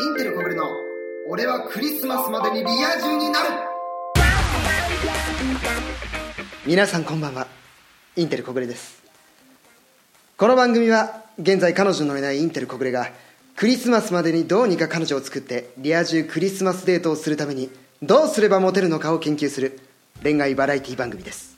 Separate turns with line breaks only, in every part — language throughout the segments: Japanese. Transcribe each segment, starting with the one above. インテル小暮の俺はクリスマスまでにリア充になる皆さんこんばんはインテル小暮ですこの番組は現在彼女のいないインテル小暮がクリスマスまでにどうにか彼女を作ってリア充クリスマスデートをするためにどうすればモテるのかを研究する恋愛バラエティ番組です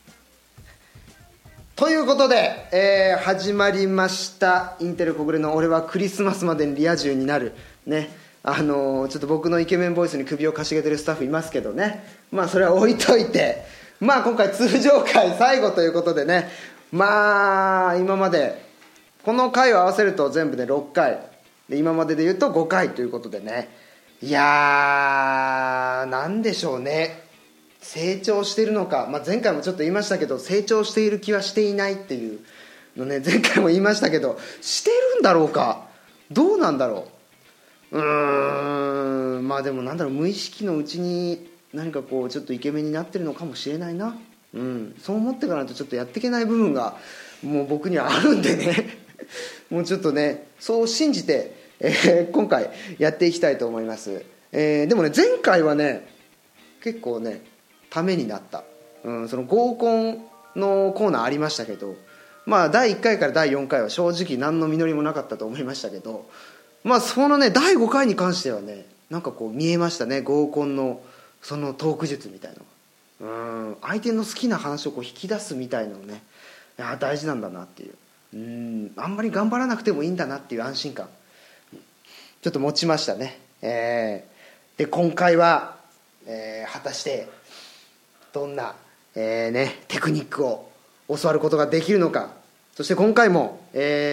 ということで、えー始まりました「インテル小暮の俺はクリスマスまでにリア充になる」ねあのーちょっと僕のイケメンボイスに首をかしげてるスタッフいますけどねまあそれは置いといてまあ今回通常回最後ということでねまあ今までこの回を合わせると全部で6回で今までで言うと5回ということでねいやーなんでしょうね成長してるのか、まあ、前回もちょっと言いましたけど成長している気はしていないっていうのね前回も言いましたけどしてるんだろうかどうなんだろううーんまあでもなんだろう無意識のうちに何かこうちょっとイケメンになってるのかもしれないなうんそう思っていかないとちょっとやっていけない部分がもう僕にはあるんでね もうちょっとねそう信じて、えー今回やっていきたいと思います、えーでもね前回はね結構ねためになった、うん、その合コンのコーナーありましたけどまあ第1回から第4回は正直何の実りもなかったと思いましたけどまあそのね第5回に関してはねなんかこう見えましたね合コンのそのトーク術みたいなのがうん相手の好きな話をこう引き出すみたいなのねいや大事なんだなっていううんあんまり頑張らなくてもいいんだなっていう安心感ちょっと持ちましたねえーで今回は、えー果たしてどんな、えーね、テクニックを教わることができるのかそして今回も、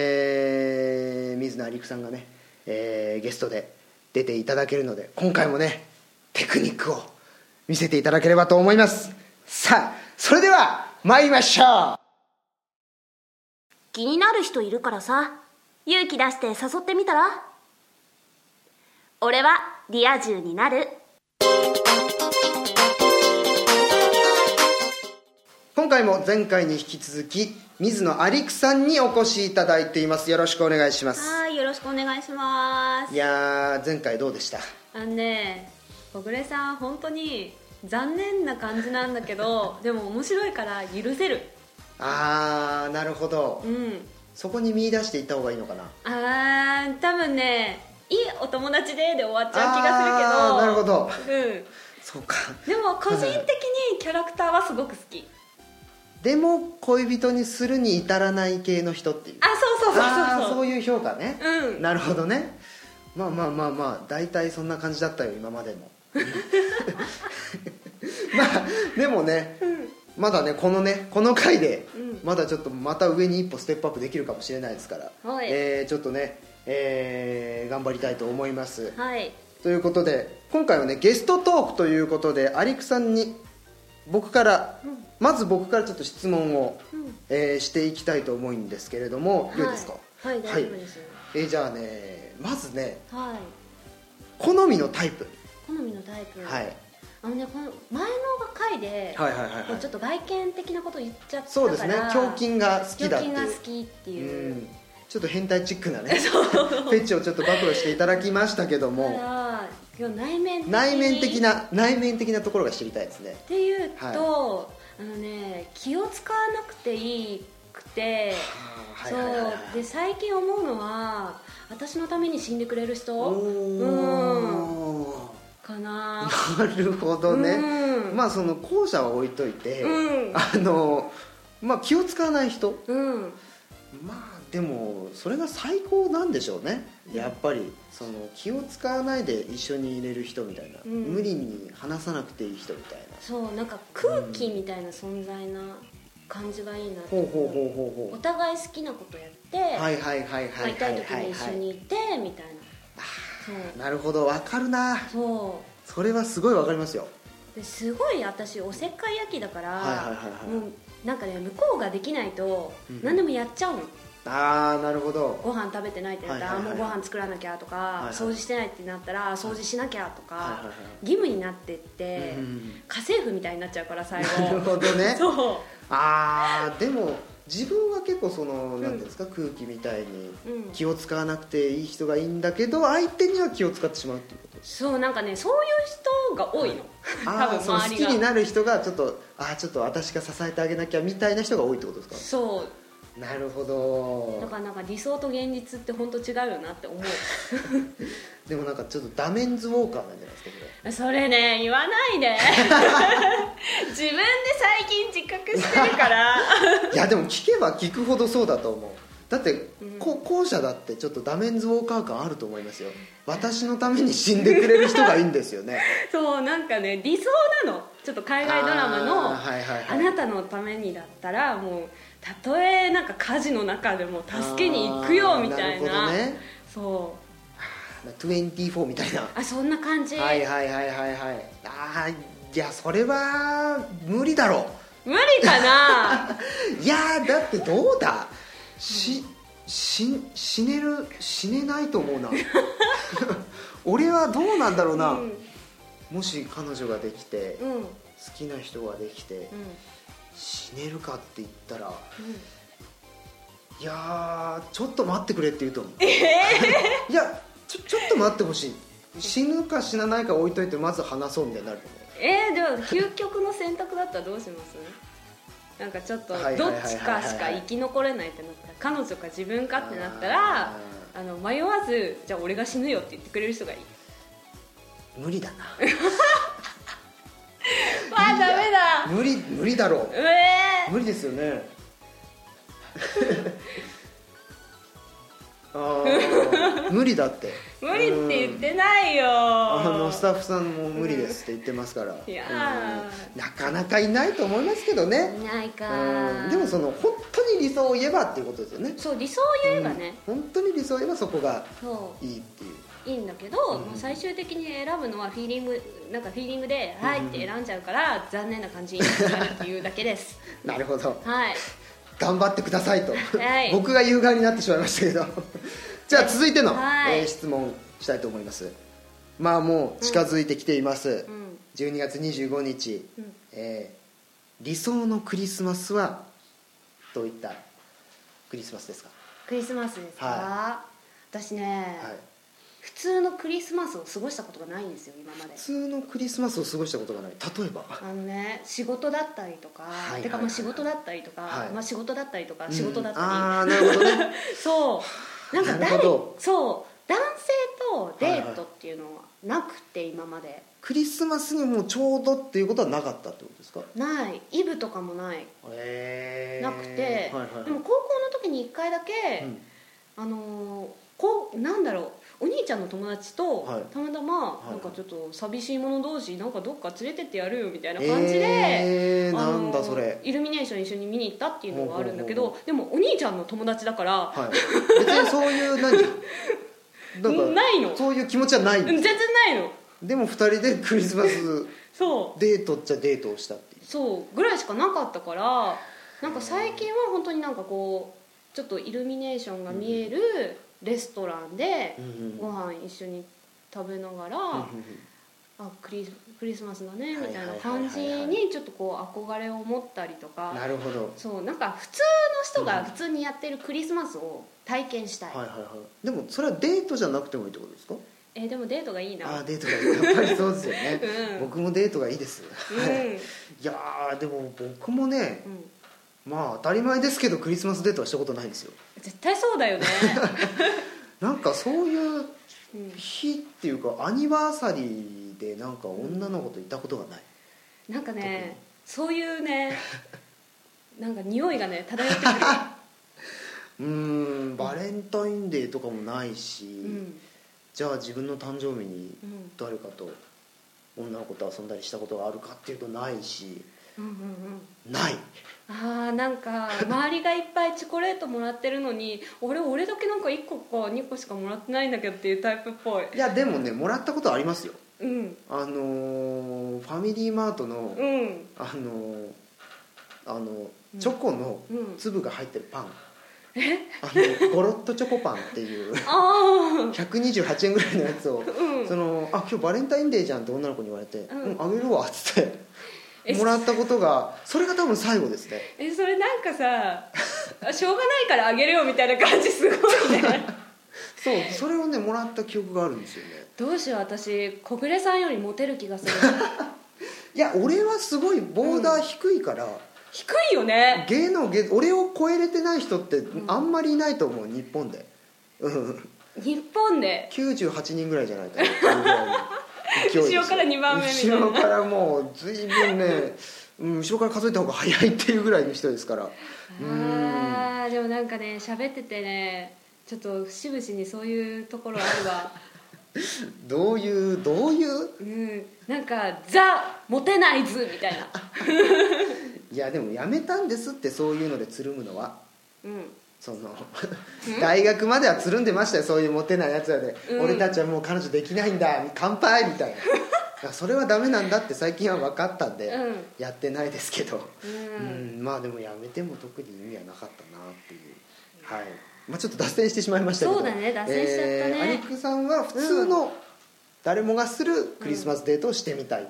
えー水野有久さんがね、えーゲストで出ていただけるので今回もねテクニックを見せていただければと思いますさあそれでは参りましょう
気になる人いるからさ勇気出して誘ってみたら俺はリア充になる
今回も前回に引き続き水野有久さんにお越しいただいていますよろしくお願いします
はい、よろしくお願いしま
い
す。
やー前回どうでした
あのね、小暮さん、本当に残念な感じなんだけど、 でも面白いから許せる。
あーなるほど
うん。
そこに見出していった方がいいのかな
あー、多分ね、いいお友達でで終わっちゃう気
あーなる
が
ほど
するけど。うん。
そうか
でも個人的にキャラクターはすごく好き。
でも恋人にするに至らない系の人っていう
あ、そうそう
あー
そうそう。
そういう評価ね、
うん
なるほどねまあまあまあまあ大体そんな感じだったよ今までも まあでもね、まだねこのねこの回で、
うん
まだちょっとまた上に一歩ステップアップできるかもしれないですから、
はい
えーちょっとね、えー頑張りたいと思います、
はい。
ということで今回はねゲストトークということでアリクさんに僕から、まず僕からちょっと質問を、えーしていきたいと思うんですけれども、
はい
よいですか
はい、大丈夫です。
えーじゃあねまずね
はい。
好みのタイプ、
好みのタイプ。
はい。
あのね、この前の回で、
はいはいはいはい
こうちょっと外見的なこと言っちゃったから
そうですね胸筋が好きだっていう
胸筋が好きっていうう、
ん、ちょっと変態チックな ねフェチをちょっと暴露していただきましたけど
だか
も
ら要は内面的に
内面的な内面的なところが知りたいですね
っていうと、あのね気を使わなくていいくて、
はいはいはいはい
そうで最近思うのは私のために死んでくれる人うん
お
かな
ーなるほどね、
うん
まあその後者は置いといて、
うん
あのまあ気を使わない人
うん
まあでもそれが最高なんでしょうねやっぱりその気を使わないで一緒にいれる人みたいな、
うん
無理に話さなくていい人みたいな
そうなんか空気みたいな存在な感じがいいなって
ほうほうほうほう
お
ほ
互い好きなことやって、
うはいはいはいはい
会い
は
た
い
い時
はい
に
は
一緒に
い
いてみたいな
なるほどわかるな
そうそ
それはすごいわかりますよ
うですごい私おせっかい焼きだから、
はいはいはいはい
もうなんかね向こうができないと
うん
何でもやっちゃうの、
ああなるほど
ご飯食べてないってなったら、
はいはいはい
もうご飯作らなきゃとか、
いはい
掃除してないってなったら掃除しなきゃとか、
はいはいはい
義務になってって、
うん
家政婦みたいになっちゃうから最後
なるほどね
そう
ああでも自分は結構その何ていうんですか、空気みたいに
うん
気を使わなくていい人がいいんだけど相手には気を使ってしまうっていうこと
そうなんかねそういう人が 多いの多
あ
分
あその好
周り
き
が
になる人がちょっとああちょっと私が支えてあげなきゃみたいな人が多いってことです
そ
かなるほ
うだか
ど
らなんか理想と現実って本当違うよなって思う
でもなんかちょっとダメンズウォーカーなんじゃないですかこれ
それね言わないで 自分で最近自覚してるから
いやでも聞けば聞くほどそうだと思うだって、こ後者だってちょっとダメンズウォーカー感あると思いますよ私のために死んでくれる人がいいんですよね
そうなんかね理想なのちょっと海外ドラマ
あ
の
ーはいはいはい
あなたのためにだったらもうたとえなんか火事の中でも助けに行くよ
あー
みたいな
なるほどね
そ
24みたいな
うあそんな感じ、
はいはいはいはいはいああいやそれは無理だろ
無理 かな
ういやーだってどうだしし死ねる死ねないと思うな俺はどうなんだろうな、もし彼女ができて、
うん、うんうん
好きな人ができて、死ねるかって言ったら、いやーちょっと待ってくれって言うと思う、いやちょちょっと待ってほしい死ぬか死なないか置いといてまず話そうみたいになると思う
えー、でも究極の選択だったらどうしますなんかちょっと
はいはいはい
ど
は
っ
いはい
ちかしか生き残れないってなったら彼女か自分かってなったら
あ
あの迷わずじゃあ俺が死ぬよって言ってくれる人がいい
無理だな
あーダメだ
無理無理だろ
うえ
う無理ですよね あー無理だって
ー、無理って言
う
っ
ん
てないよ
あのスタッフさんも無理ですって言ってますから、
いやー
うんなかなかいないと思いますけどね、
いないか
うんでもその本当に理想を言えばっていうことですよね
そう理想を言えばね、
本当に理想を言えばそこが
そ
いいっていう
ういいんだけど、まあ最終的に選ぶのはフィーリングなんかフィーリングで「はい」って選んじゃうから、残念な感じになるっていうだけです
なるほど
はい
頑張ってくださいと、
はい
僕が言う側になってしまいましたけど じゃあ続いての、
はい
えー質問したいと思いますまあもう近づいてきています、
うん
12月25日、
うん
えー理想のクリスマスはどういったクリスマスですか、
クリスマスですか、
は
私ね、
はい、
普通のクリスマスを過ごしたことがないんですよ今まで
普通のクリスマスを過ごしたことがない例えば
あのね仕事だったりとか、
いはいはい
てかまあ仕事だったりとか、
はい
まあ仕事だったりとか仕事だったり、
うんああなるほどね
そうなんか
なる
誰
ほど
そう男性とデートっていうのはなくて今まで
クリスマスにもちょうどっていうことはなかったってことですか
ないイブとかもない
へ
なくて、
はいはいはい
でも高校の時に1回だけ、
うん
あのーこうなんだろうお兄ちゃんの友達と、
はい
たまたま
はい
なんかちょっと寂しい者同士なんかどっか連れてってやるよみたいな感じで、
えー
あのー
なんだそれ
イルミネーション一緒に見に行ったっていうのがあるんだけど
ほうほ
でもお兄ちゃんの友達だから、
はい、別にそういう 何なんか
ないの
そういう気持ちはない
全然ないの
でも2人でクリスマス
そう
デートっちゃデートをしたっていう
そうぐらいしかなかったからなんか最近は本当になんかこうちょっとイルミネーションが見えるレストランで
うんうん
ご飯一緒に食べながら、あクリスクリスマスだねみたいな感じ
はいはいはいは
にちょっとこう憧れを持ったりと
な
か
るほど
そうなんか普通の人が普通にやってるクリスマスを体験したい、
はいはいはいでもそれはデートじゃなくてもいいってことですか
えーでもデートがいいな、
ああデートがいいやっぱりそうですよね
うん
僕もデートがいいです、
うん、
いやーでも僕もね
うん、
まあ当たり前ですけどクリスマスデートはしたことないんですよ
絶対そうだ よね、
なんかそういう
うん
日っていうかアニバーサリーでなんか女の子といたことがない、
なんか
特に
ねそういう ねなんか匂いがね漂ってくる、
うーんバレンタインデーとかもないし、
うん
じゃあ自分の誕生日に
うん
誰かと女の子と遊んだりしたことがあるかっていうとないし
うんうんうん、
ない
あーなんか周りがいっぱいチョコレートもらってるのに俺俺だけなんか1個か2個しかもらってないんだけどっていうタイプっぽい
いやでもねもらったことはありますよ
うん
あのーファミリーマートの
うん
あのーあの
うん
チョコの
うん
粒が入ってるパン、あのゴロッとチョコパンっていう
あ
128円ぐらいのやつを、
ん
そのあ今日バレンタインデーじゃんって女の子に言われて「
う
うんん、あげるわ」っつっ
え
てもらったことがそれが多分最後ですね
あえそれなんかさあしょうがないからあげるよみたいな感じすごいね
そうそれをねもらった記憶があるんですよね
どうしよう私小暮さんよりモテる気がする
いや俺はすごいボーダー低いから、
低いよね
芸能芸俺を超えれてない人ってあんまりいないと思う日本で、うん、
日本で
98人ぐらいじゃないかなっていうぐらいの勢い ですよ
後ろから二番目みたいな
後ろからもう随分 ね、うん、後ろから数えた方が早いっていうぐらいの人ですからうーん
あーでもなんかね喋っててねちょっと節々にそういうところあるわ
どういうどういう
うんなんかザモテない図みたいない
やでもやめたんですってそういうのでつるむのは
うん
その大学まではつるんでましたよそういうモテないやつらで、
うん
俺たちはもう彼女できないんだ乾杯みたい ないやそれはダメなんだって最近は分かったんで、
うん
やってないですけど、
う
うんんまあでもやめても特に意味はなかったなっていうはい、まあ、ちょっと脱線してしまいましたけど
そうだね脱線しちゃったね
えーアリクさんは普通の誰もがするクリスマスデートをしてみたい、
うん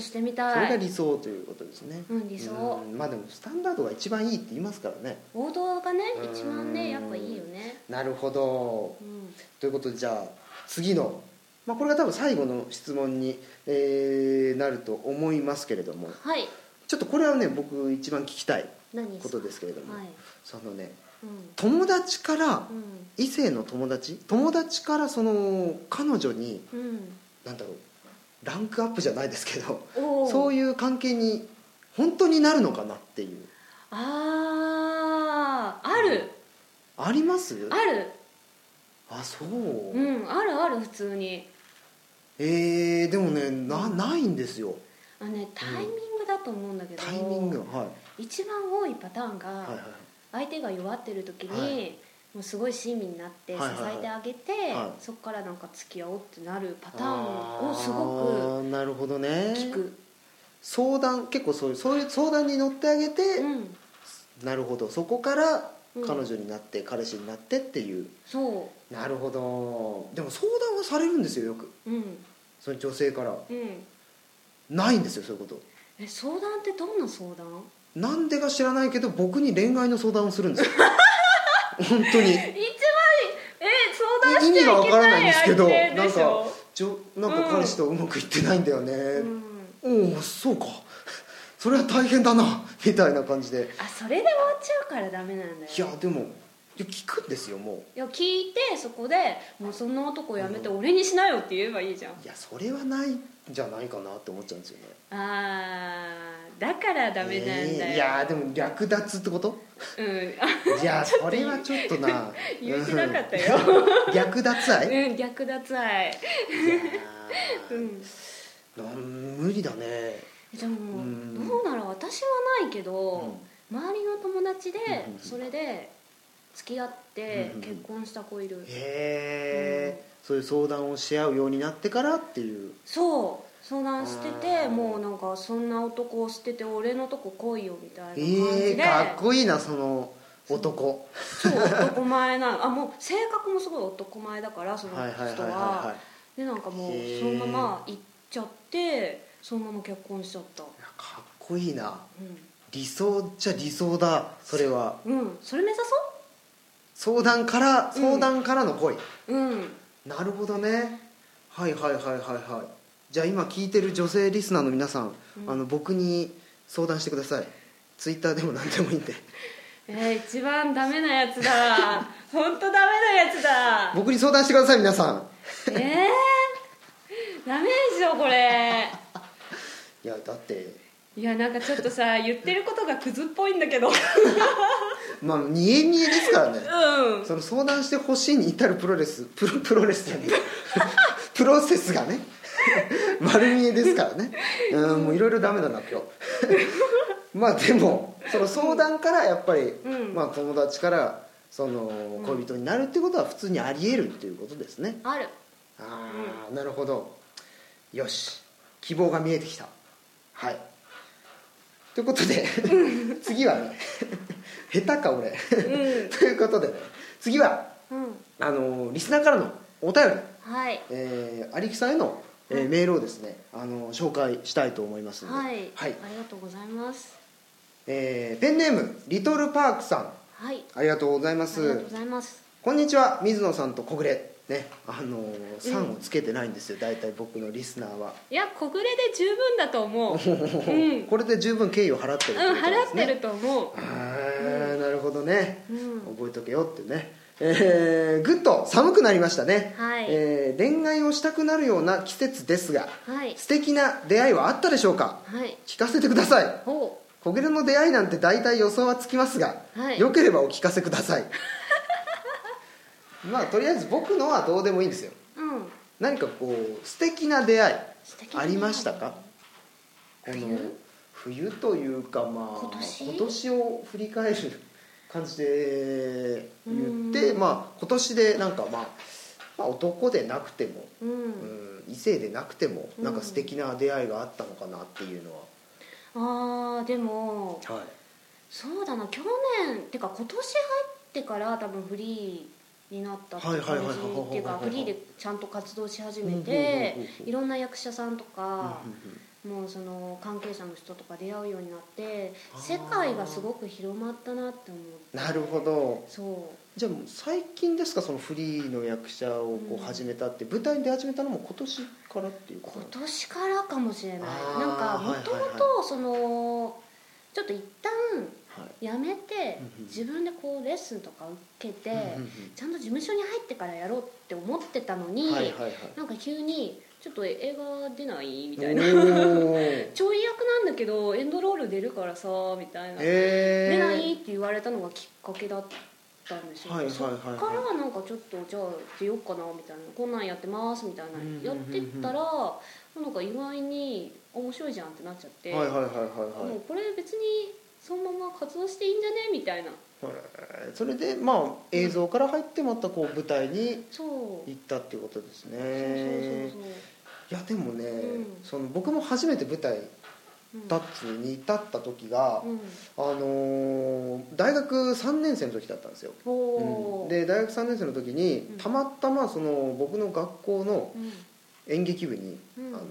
してみ
それ
た
が
い
理想ということですね、
うん理想
うんまあでもスタンダードが一番いいって言いますからね
王道がね
うん
一番ねやっぱいいよね
なるほど
うん
ということでじゃあ次の、まあ、これが多分最後の質問に、えーなると思いますけれども
はい
ちょっとこれはね僕一番聞きたい
何です
こ
か
とですけれども、
はい
そのね
うん
友達から
うん
異性の友達友達からその彼女に
うん
なんだろうランクアップじゃないですけど
おお
そういう関係に本当になるのかなっていう
あーある
あります
ある
あそう、
うんあるある普通に
えー、でもねなないんですよ
あのねタイミングだと思うんだけど
タイミングがはい
一番多いパターン
はいはい
が相手が弱ってる時に、
はい
もうすごい親身になって支
はいはいはい
えてあげて、
はい
そこからなんか付き合おうってなるパターンをすご
あーなるほどね
く聞く、
相談結構そういうそういう相談に乗ってあげて、
うん
なるほどそこから
うん
彼女になって、彼氏になってっていう
そ
なるほどでも相談はされるんですよよく
ううん
その女性から
うん
ないんですよそういうこと
え相談ってどんな相談
なんでか知らないけど僕に恋愛の相談をするん ですよ本当に
一番え相
意
談
味
しちゃいけな
が
い
わからないんですけど
相手
なん
でし
か
ょ
ちょなんか彼氏とうまくいってないんだよね、
うん
おおそうかそれは大変だなみたいな感じで
あそれで終わっちゃうからダメなんだよ
いやでもいや聞くんですよも
いや聞いてそこで「もうそんな男やめて俺にしなよ」って言えばいいじゃん
ういやそれはないんじゃないかなって思っちゃうんですよね
あーだからダメなんだよ、
えーいやでも略奪ってこと
うんあ
いやそれはちょっとな
言う気なかったよ
うん 略奪愛いや
うん逆脱愛う
ー
ん
なん無理だね
でも、
ん
どうなら私はないけど、周りの友達で
うんうん
それで付き合って
うんうん
結婚した子いる、
へえそういう相談をし合うようになってからっていう
そう相談してて
うん
もうなんかそんな男を捨てて俺のとこ来いよみたいな感
え
じ
ー、
で、
かっこいいなその男
そう男前なあもう性格もすごい男前だからその人
はいはいはいはいは
はいでなんかもう
へー
そのまま行っちゃってそのまま結婚しちゃった
かっこいいな
う
理想っちゃ理想だそれは
ん、うん、それ目指そ
相談から
うん
相談からの恋、
ううん
なるほどねはいはいはいはいはいじゃあ今聞いてる女性リスナーの皆さん、
うん
あの僕に相談してくださいツイッターでも何でもいいんで
えー、一番ダメなやつだ 本当ダメなやつだ
僕に相談してください皆さん
えー、ダメでしょこれ
いやだって
いやなんかちょっとさ言ってることがクズっぽいんだけど
まあ見え見えですからね
うん
その相談してほしいに至るプロレスプロプロレスじゃねえ プロセスがね 丸見えですからねうんもういろいろダメだな今日 まあでもその相談からやっぱり、
うん
まあ、友達からその恋人になるってことは普通にありえるっていうことですね、
ある
ああなるほどよし希望が見えてきたはいということで 次はね 下手か俺
う ん
ということでね次は
うん
あのーリスナーからのお便り、
はい
えー、アリキさんへの、えーメールをですね、あのー紹介したいと思いますので、
はい、ありがとうございます
えーペンネームリトルパークさん
はい
ありがとうございま
ありがとう
す
ございます
こんにちは水野さんと小暮ねあのー「さん」をつけてないんですよ大体僕のリスナーはい
や小暮で十分だ と思ううん、
これで十分敬意を払ってる
うん、
ことで
払っ
すね
てると思
あーなるほどね、
うん
覚えとけよってね、えー、ぐっと寒くなりましたね、
はい
えー恋愛をしたくなるような季節ですが
うはい
素敵な出会いはあったでしょうか
はい
聞かせてください
ほ
小暮の出会いなんて大体予想はつきますが、
はい
よければお聞かせください まあとりあえず僕のはどうでもいいんですよ
ううん
何かこう素敵な出会い
素敵な
ありましたかあの
冬
冬というかまあ
今年
を振り返る感じで言って
うん
まあ今年でなんかまあ、まあ、男でなくても、
うん、
うん、異性でなくても
うん
なんか素敵な出会いがあったのかなっていうのは、
あーでも
はい
そうだな去年ってか今年入ってから多分フリーになったって
はい
感
はいはい
じっていう
はいはいはいは
か
い
フリーでちゃんと活動し始
うん
め
うんうん
て
うんうん
いろんな役者さんとか
うんうんうん
もうその関係者の人とか出会うようになって
あー
世界がすごく広まったなって思って
なるほど
そ
じゃあもう最近ですかそのフリーの役者をこ
うん
う始めたって、舞台に出始めたのも今年からっていう
う
こと
今
なんですか
年からかもしれない
あー
なんかもと
はい
も
はい
とそのちょっと一旦
はい
やめて
うんうん
自分でこうレッスンとか受けて
うんうん
ちゃんと事務所に入ってからやろうって思ってたの
う
に
んはいはいはい
なんか急に「ちょっと映画出ない?」みたいな
おー
「ちょい役なんだけどエンドロール出るからさ」みたいな「
えー、
出ない?」って言われたのがきっかけだったんですよ、
はいはいはいはい
そっからはなんかちょっとじゃあ出ようかなみたいなこんなんやってますみたいな
うん
やってったらなんか意外に面白いじゃんってなっちゃって、
はいはいはいはい
もうこれ別にそのまま活動していいんじゃねみたいな
はいへーそれでまあ映像から入ってまたこう舞台に
そう
行ったっていうことです
そう
ね
そうそうそう
いやでもね、
うん
その僕も初めて舞台
うん
立つに至った時が、
うん
あのー大学3年生の時だったんですよ、
おー
で大学3年生の時に
うん
たまたまその僕の学校の
うん
演劇部に、
うん
あの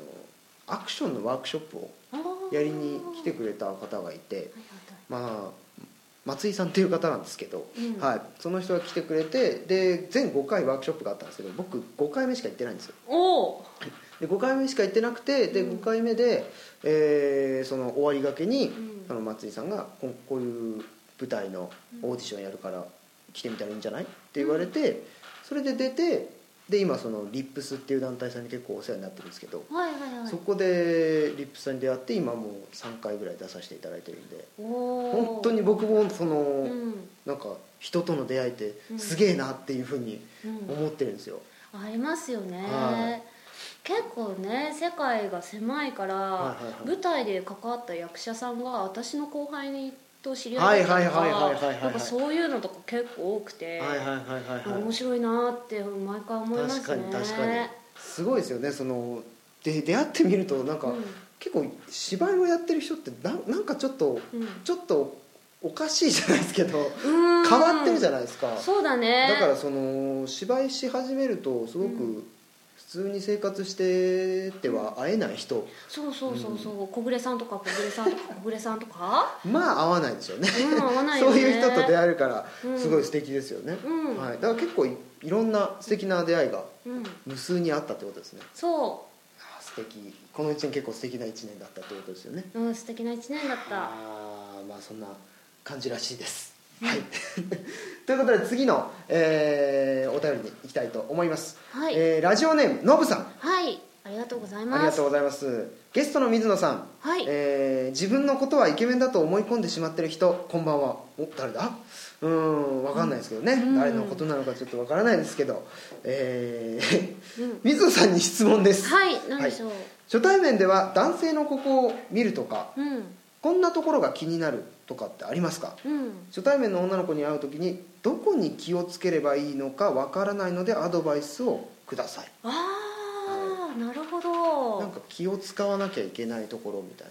アクションのワークショップを
あー
やりに来てくれた方がいて
はいはいはい
まあ松井さんっていう方なんですけど、
うん
はい、その人が来てくれてで全5回ワークショップがあったんですけど僕5回目しか行ってないんですよ
おお
で5回目しか行ってなくてで
うん
5回目で、えーその終わりがけに、
うん
あの松井さんがこ「こういう舞台のオーディションやるから来てみたらいいんじゃない?」って言われて、それで出てで今そのリップスっていう団体さんに結構お世話になってるんですけど、
はいはいはい
そこでリップさんに出会って今もう3回ぐらい出させていただいてるんで本
本
当に僕もその、
うんうん
なんか人との出会いってすげえなっていうふうに思ってるんですよ、
ありますよね、
は
結構ね世界が狭いから、
いはいはい
舞台で関わった役者さんが私の後輩にと知り
は
合
い
いだ
は
っ
い
た
はいはいはい
か
はいは
ら
い
なんかそういうのとか結構多くて、
はいはいはいはいはい
面白いなって毎回思いますね
確かに確かにすごいですよねそので出会ってみるとなんか、
うん
結構芝居をやってる人ってなんなんかちょっと、
うん
ちょっとおかしいじゃないですけど
うーん
変わってるじゃないですか、
そうだね
だからその芝居し始めるとすご
う
く普通に生活してては会えない人、
そうそうそうそう、小暮さんとか小暮さんと か小暮さんとか
まあ会わないですよね
うん合わないよ
そう
ね
いう人と出会えるから
うん
すごい素敵ですよね、
うん
はい、だから結構いいろんな素敵な出会いが
うん
無数にあったってことですね
そ
あー素敵この1年結構素敵な1年だったってことですよね
う、うん、素敵な一年だった
あーまあそんな感じらしいです、はい ということで次の、えーお便りに行きたいと思います、
はい
えーラジオネームのぶさん
はいありがとうございます
ありがとうございますゲストの水野さん、
はい
えー自分のことはイケメンだと思い込んでしまってる人こんばんはお誰だうーん分かんないですけどね、
うん
誰のことなのかちょっと分からないですけど、えー
うん
水野さんに質問です、
はい何でしょう、
初対面では男性のここを見るとか
うん
こんなところが気になるとかってありますか
うん
初対面の女の子に会う時にどこに気をつければいいのかわからないのでアドバイスをください
ああ、なるほど
なんか気を使わなきゃいけないところみたい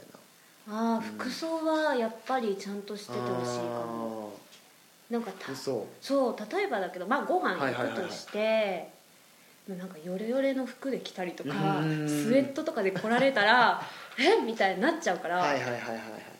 な
ああ服装はやっぱりちゃんとしててほしいかもなんか
あー
た
嘘
そう例えばだけどまあご飯
はいはいはい
行
はい
くとしてもうなんかヨレヨレの服で着たりとか
う
スウ
ーん
ェットとかで来られ たらえみたいになっちゃうから、
はいはいはいはいはい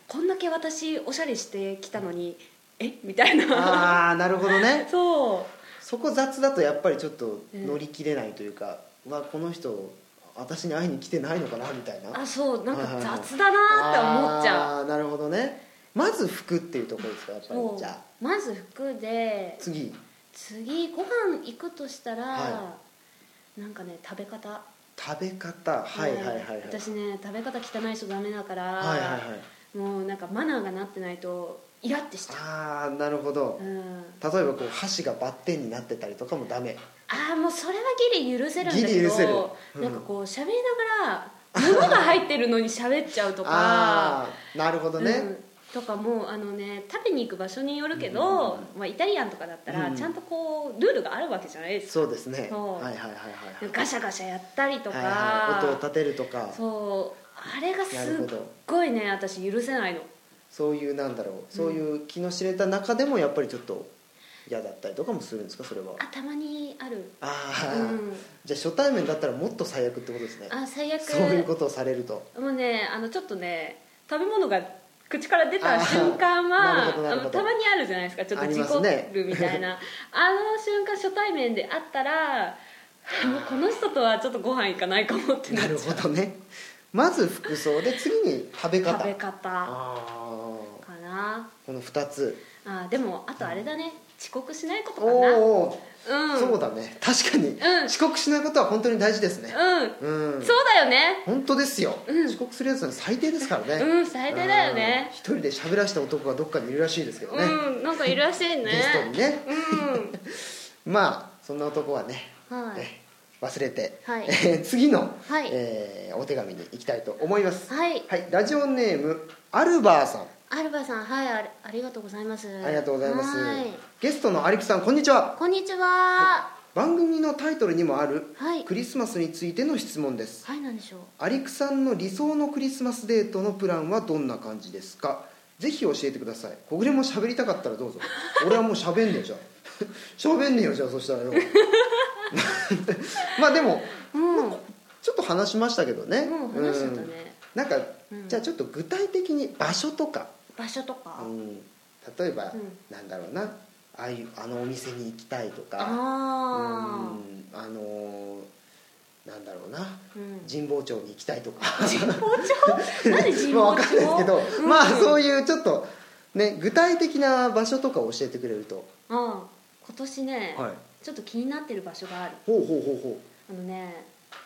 こんだけ私おしゃれしてきたのにえみたいな
ああなるほどね
そう
そこ雑だとやっぱりちょっと乗り切れないというか、まあこの人私に会いに来てないのかなみたいな
あそうなんか雑だなって思っちゃう
あーなるほどねまず服っていうところですかやっぱり
そう
じゃあ
まず服で
次
次ご飯行くとしたら、
は
なんかね食べ方
食べ方はいはいはいはいはい
私ね食べ方汚い人ダメだから、
はいはい
もうなんかマナーがなってないとイラってしちゃ
ああなるほど
う、うん、
例えばこう箸がバッテンになってたりとかもダメ
ああもうそれはギリ許せるんだけど
ギリ許せるうん
なんかこう喋りながら物が入ってるのに喋っちゃうとか
ああなるほどね、
うんとかもうあのね食べに行く場所によるけど、まあ、イタリアンとかだったら、
うん
ちゃんとこうルールがあるわけじゃないですか
そうですね
そう
はいはいはいはい
ガシャガシャやったりとか、
はいはい、音を立てるとかそう
そうあれがす
なるほ
っ
ど
ごいね私許せないの
いうなんだろうそういう気の知れた中でもやっぱりちょっと嫌だったりとかもするんですかそれは
あたまにある
ああー、
うん
じゃあ初対面だったらもっと最悪ってことですね
あ最悪
そういうことをされると
もうねあのちょっとね食べ物が口から出
あ
た
ー
瞬間
なる
は
ほどな
あ
るほ
の
ど
たまにあるじゃないですかちょっ
あ
と
り
事
ます
故
ね
るみ たいなあの瞬間初対面で会ったらもうこの人とはちょっとご飯行かないかもってな
な
っちゃ
る
う
ほどねまず服装で次に食べ方
食べ方か
ああ
な
この2つ
あでもあとあれだね遅刻しないこと
お
かなうん
おー、そうだね確かに、
うん
遅刻しないことは本当に大事ですね
うん
うん
そうだよね
本当ですよ、
うん
遅刻するやつは最低ですからね
うん最低だよ
う
ね
ん一人で喋らした男がどっかにいるらしいですけどね、
うんなんかいるらしいね
ゲストにね
うん
まあそんな男はね、
はい
え忘れて、
はい
えー次の、
はい
えーお手紙に行きたいと思います
はい
はい、ラジオネームアルバーさん、
アルバさんはいありありがとうございます
ありがとうございます
はい
ゲストのアリクさんこんにちは
こんにちは
番組のタイトルにもある
はい
クリスマスについての質問です
はいなんでしょう
アリクさんの理想のクリスマスデートのプランはどんな感じですかぜひ教えてください小暮も喋りたかったらどうぞ俺はもう喋んねえじゃん 喋んねえよじゃあそしたらよ まあでも
うん
ちょっと話しましたけどね
もう話しちゃったね
うんなんか、
うん
じゃあちょっと具体的に場所とか、
場所とか
うん例えば、
うん
なんだろうなああいうあのお店に行きたいとか
あ
うんあのーなんだろうな
ーうん
神保町に行きたいと か
包 丁何神
まあ
保
分か
町
んないですけど、
うん
まあそういうちょっとね具体的な場所とかを教えてくれると
うん今年ね、
はい
ちょっと気になってる場所がある
ほうほうほうほう
あのね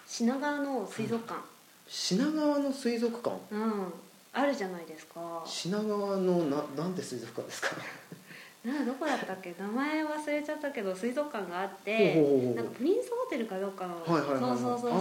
品川の水族館
品川の水族館
うん、あるじゃないですか
品川のななんて水族館ですか
などこだったっけ名前忘れちゃったけど水族館があって
ほうほうほうほう
なんかプリンスホテルかどうかの、
はいはいはいはい
そうそうそうそうそう
あ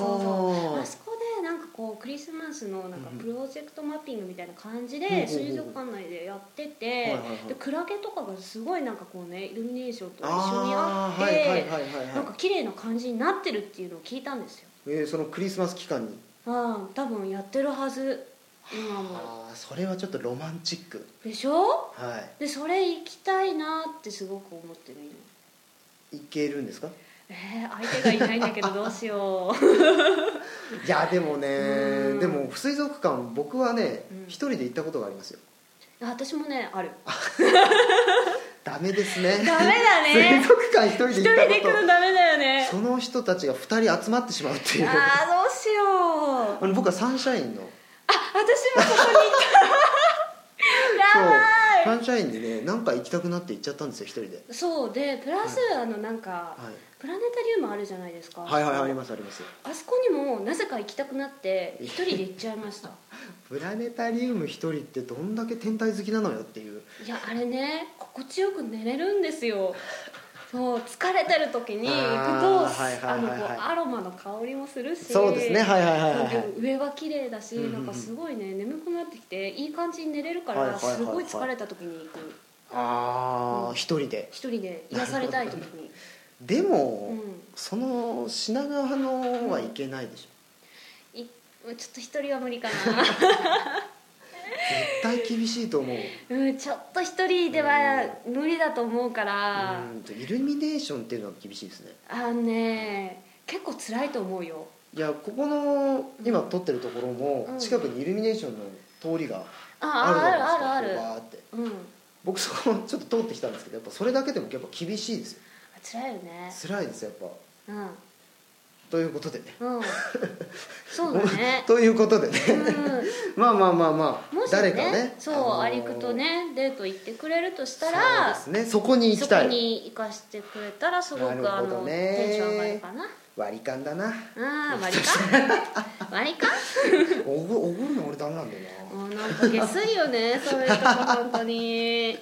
ー
あそこでなんかこうクリスマスのなんか
うんうん
プロジェクトマッピングみたいな感じ
うんうんう
で
ん
水族館内でやってて、
はいはいはい
でクラゲとかがすごいなんかこうねイルミネーションと一緒にあ
あ
っ
あは
て
いはいはいはい
なんか
は
綺麗な感じになってるっていうのを聞いたんですよ
い、えーそのクリスマス期間に
うん多分やってるはず今も
ああそれはちょっとロマンチック
でしょ
は
でそれ行きたいなってすごく思ってる今
いいけるんですか
えー、相手がいないんだけどどうしよう
いやでも
う
ね
ん
でも水族館僕はね
うん
一人で行ったことがありますよ
あ 私もねある
ダメですね
ダメだね
水族館一人
一
で行
人
ったこと
で行くのダメだよね
その人たちが2人集まってしまうっていうあ
あーどうしよう
の僕はサンシャインの
あ私もそこに行ったやば
そ
い
うサンシャインにねなんか行きたくなって行っちゃったんですよ一人で、
そうでプラス、あのなんか、
はい、
プラネタリウムあるじゃないですか
はいはいはいありますあります
あそこにもなぜか行きたくなって一人で行っちゃいま した
プラネタリウム一人ってどんだけ天体好きなのよっていう
いやあれね心地よく寝れるんですよそう疲れてる時に行くと
あーはいは
あ
い
の
はい
こ
はいう
アロマの香りもするし
そうですねはいはいはいはいはい
そうで上は綺麗だし
うんうんうん
なんかすごいね眠くなってきていい感じに寝れるか
はいは
ら
いはいはい
すごい疲れた時に行く
ああ
うん
一人で
一人で癒されたい時に
でも、
うん
その品川のは行けないでしょ
いちょっと一人は無理かな
絶対厳しいと思う
うんちょっと一人では無理だと思うから
うんとイルミネーションっていうのは厳しいですね
あのね結構辛いと思うよ
いやここの今撮ってるところも
うん
近くにイルミネーションの通りが
あ
あるじゃないですか
あある
こ
ある
う
あ
バー
る
って
うん
僕そこちょっと通ってきたんですけどやっぱそれだけでもやっぱ厳しいですよ
辛いよ ね
辛いですよやっぱ
うん
ということでね
うんそうだね
ということでね、
うん
まあまあまあまあ、
もしね
誰かね
そう、
あのー
アリクとねデート行ってくれるとしたら
そうですねそこに行き
そ
た
こ
い
に行かしてくれたらすごく、
な
あ
るほ
の
どね
テンション上がるかな
割り勘だな
あ ー割り勘割り勘
おごおごるの俺ダメなんだよな、
もうなんか下水 よねそういうとこ本当に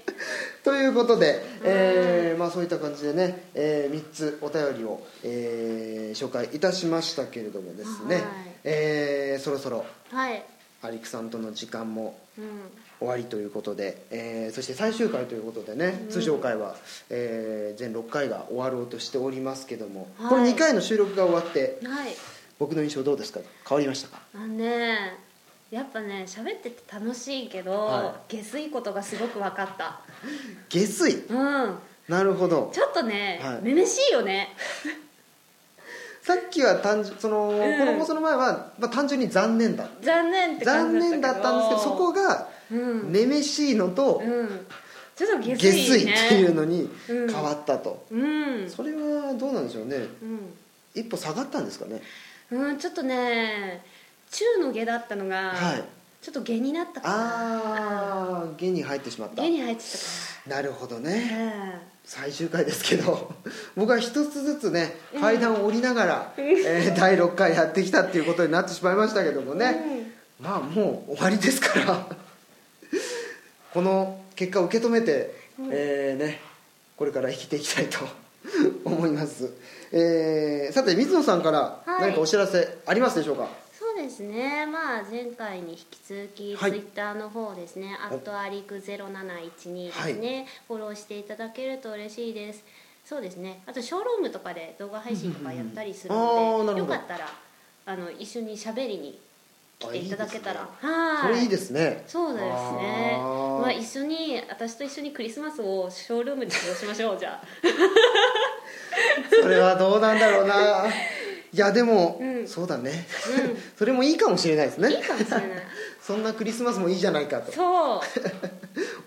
ということで、えーまあ、そういった感じでね、え3つお便りを、えー紹介いたしましたけれどもですね、
はい
えーそろそろ
はい
アリクさんとの時間も
うん
終わりということで、えーそして最終回ということでね、通常回は、えー全6回が終わろうとしておりますけども、
はい
これ2回の収録が終わって
はい
僕の印象どうですか変わりましたか
あのねやっぱね喋ってて楽しいけど、
は
下水ことがすごく分かった
下水
うん
なるほど
ちょっとね、
はい
めめしいよね
さっきは単純その、
ん
この放送の前は、まあ、単純に残念だ
残念って感
残
じ
念だったんですけどそこが
うん、
めめしいのと
うん、ちょっと下
下水
水
っ
ね
ていうのに
うん
変わったと、
うん
それはどうなんでしょうね
うん、
一歩下がったんですかね
うん、ちょっとね中の下だったのが、
はい
ちょっと下になったかな
ああ下に入ってしまった
下に入ってた
なるほど
か
ね
な、
最終回ですけど僕は一つずつね
うん
階段を降りながら、えー第6回やってきたっていうことになってしまいましたけども
うん、
ね、まあもう終わりですから この結果を受け止めて、えーね、これから生きていきたいと 思います、えーさて水野さんから
はい
何かお知らせありますでしょうか、
そうですねまあ前回に引き続き
はい
ツイッターの方ですね「アットアリク0712」ですね、フォローしていただけると嬉しいですそうですねあとショールームとかで動画配信とかやったりする
うんうんうんあーな
ので
る
よ
ほど
かったらあの一緒にしゃべりに来
あ
て
い
い
い
ただ
で
け
すね
たらは
それいいですすね
そうですね
あー
まあ、一緒に私と一緒にクリスマスをショールームで過ごしましょうじゃあ
それはどうなんだろう ないやでも、
うん
そうだね、
う
それもいいかもしれないですね
いいかもしれない
そんなクリスマスもいいじゃないかと
そう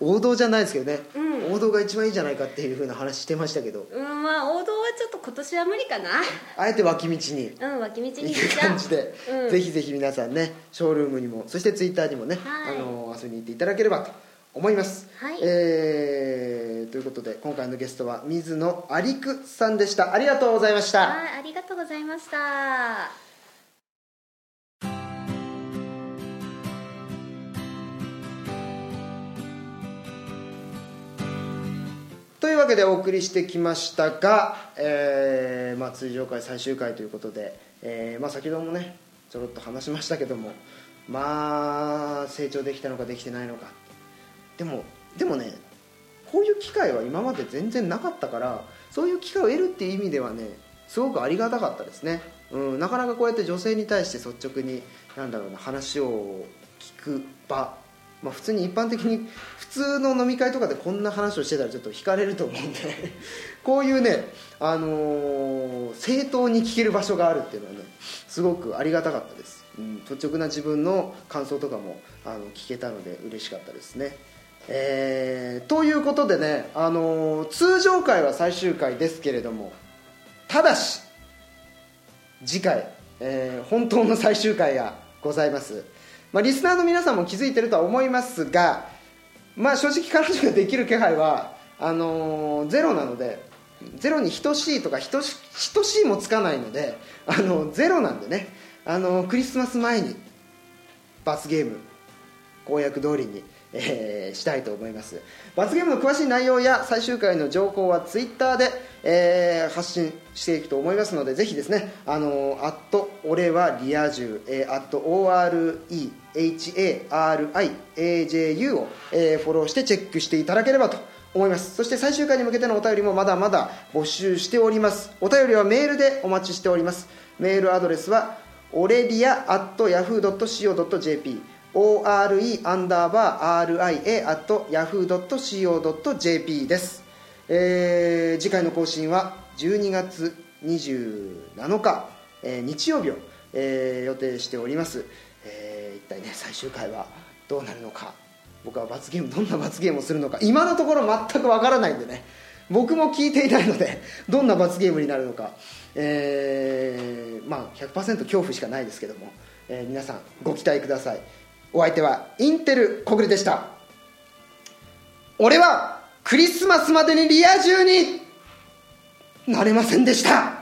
王道じゃないですけどね、
うん
王道が一番いいじゃないかっていうふうな話してましたけど
うんまあ王道はちょっと今年は無理かな
あえて脇道に
うん脇道に行っ
い
ち
う
ゃう
感じで、
うん
ぜひぜひ皆さんねショールームにもそしてツイッターにもね、
はい
あの遊びに行っていただければと思います、
はい
えーということで今回のゲストは水野有久さんでしたありがとうございました
はいありがとうございました
というわけでお送りしてきましたが、えーまあ、通常回最終回ということで、えーまあ、先ほどもねちょろっと話しましたけどもまあ成長できたのかできてないのかでもでもねこういう機会は今まで全然なかったからそういう機会を得るっていう意味ではねすごくありがたかったですね、うん、なかなかこうやって女性に対して率直になんだろうな話を聞く場、まあ、普通に一般的に普通の飲み会とかでこんな話をしてたらちょっと惹かれると思うんでこういうね、あのー正当に聞ける場所があるっていうのはねすごくありがたかったです、うん、率直な自分の感想とかもあの聞けたので嬉しかったですねえーということでね、あのー通常回は最終回ですけれどもただし次回、えー本当の最終回がございます、まあ、リスナーの皆さんも気づいてるとは思いますが、まあ、正直彼女ができる気配はあのーゼロなのでゼロに等しいとか等し等しいもつかないので、あのゼロなんでね、あのクリスマス前に罰ゲーム公約通りに、えーしたいと思います罰ゲームの詳しい内容や最終回の情報はツイッターで、えー発信していくと思いますのでぜひですね「あのー、アット俺はリア充」えー「アット OREHARIAJU」を、えーフォローしてチェックしていただければと思いますそして最終回に向けてのお便りもまだまだ募集しておりますお便りはメールでお待ちしておりますメールアドレスはオレリア at yahoo.co.jp ore アンダーバー ria at yahoo.co.jp です、えー次回の更新は12月27日、えー日曜日を、えー予定しております、えー一体ね最終回はどうなるのか僕は罰ゲームどんな罰ゲームをするのか今のところ全くわからないんでね僕も聞いていないのでどんな罰ゲームになるのか、えーまあ、100%恐怖しかないですけども、えー皆さんご期待くださいお相手はインテル小暮でした俺はクリスマスまでにリア充になれませんでした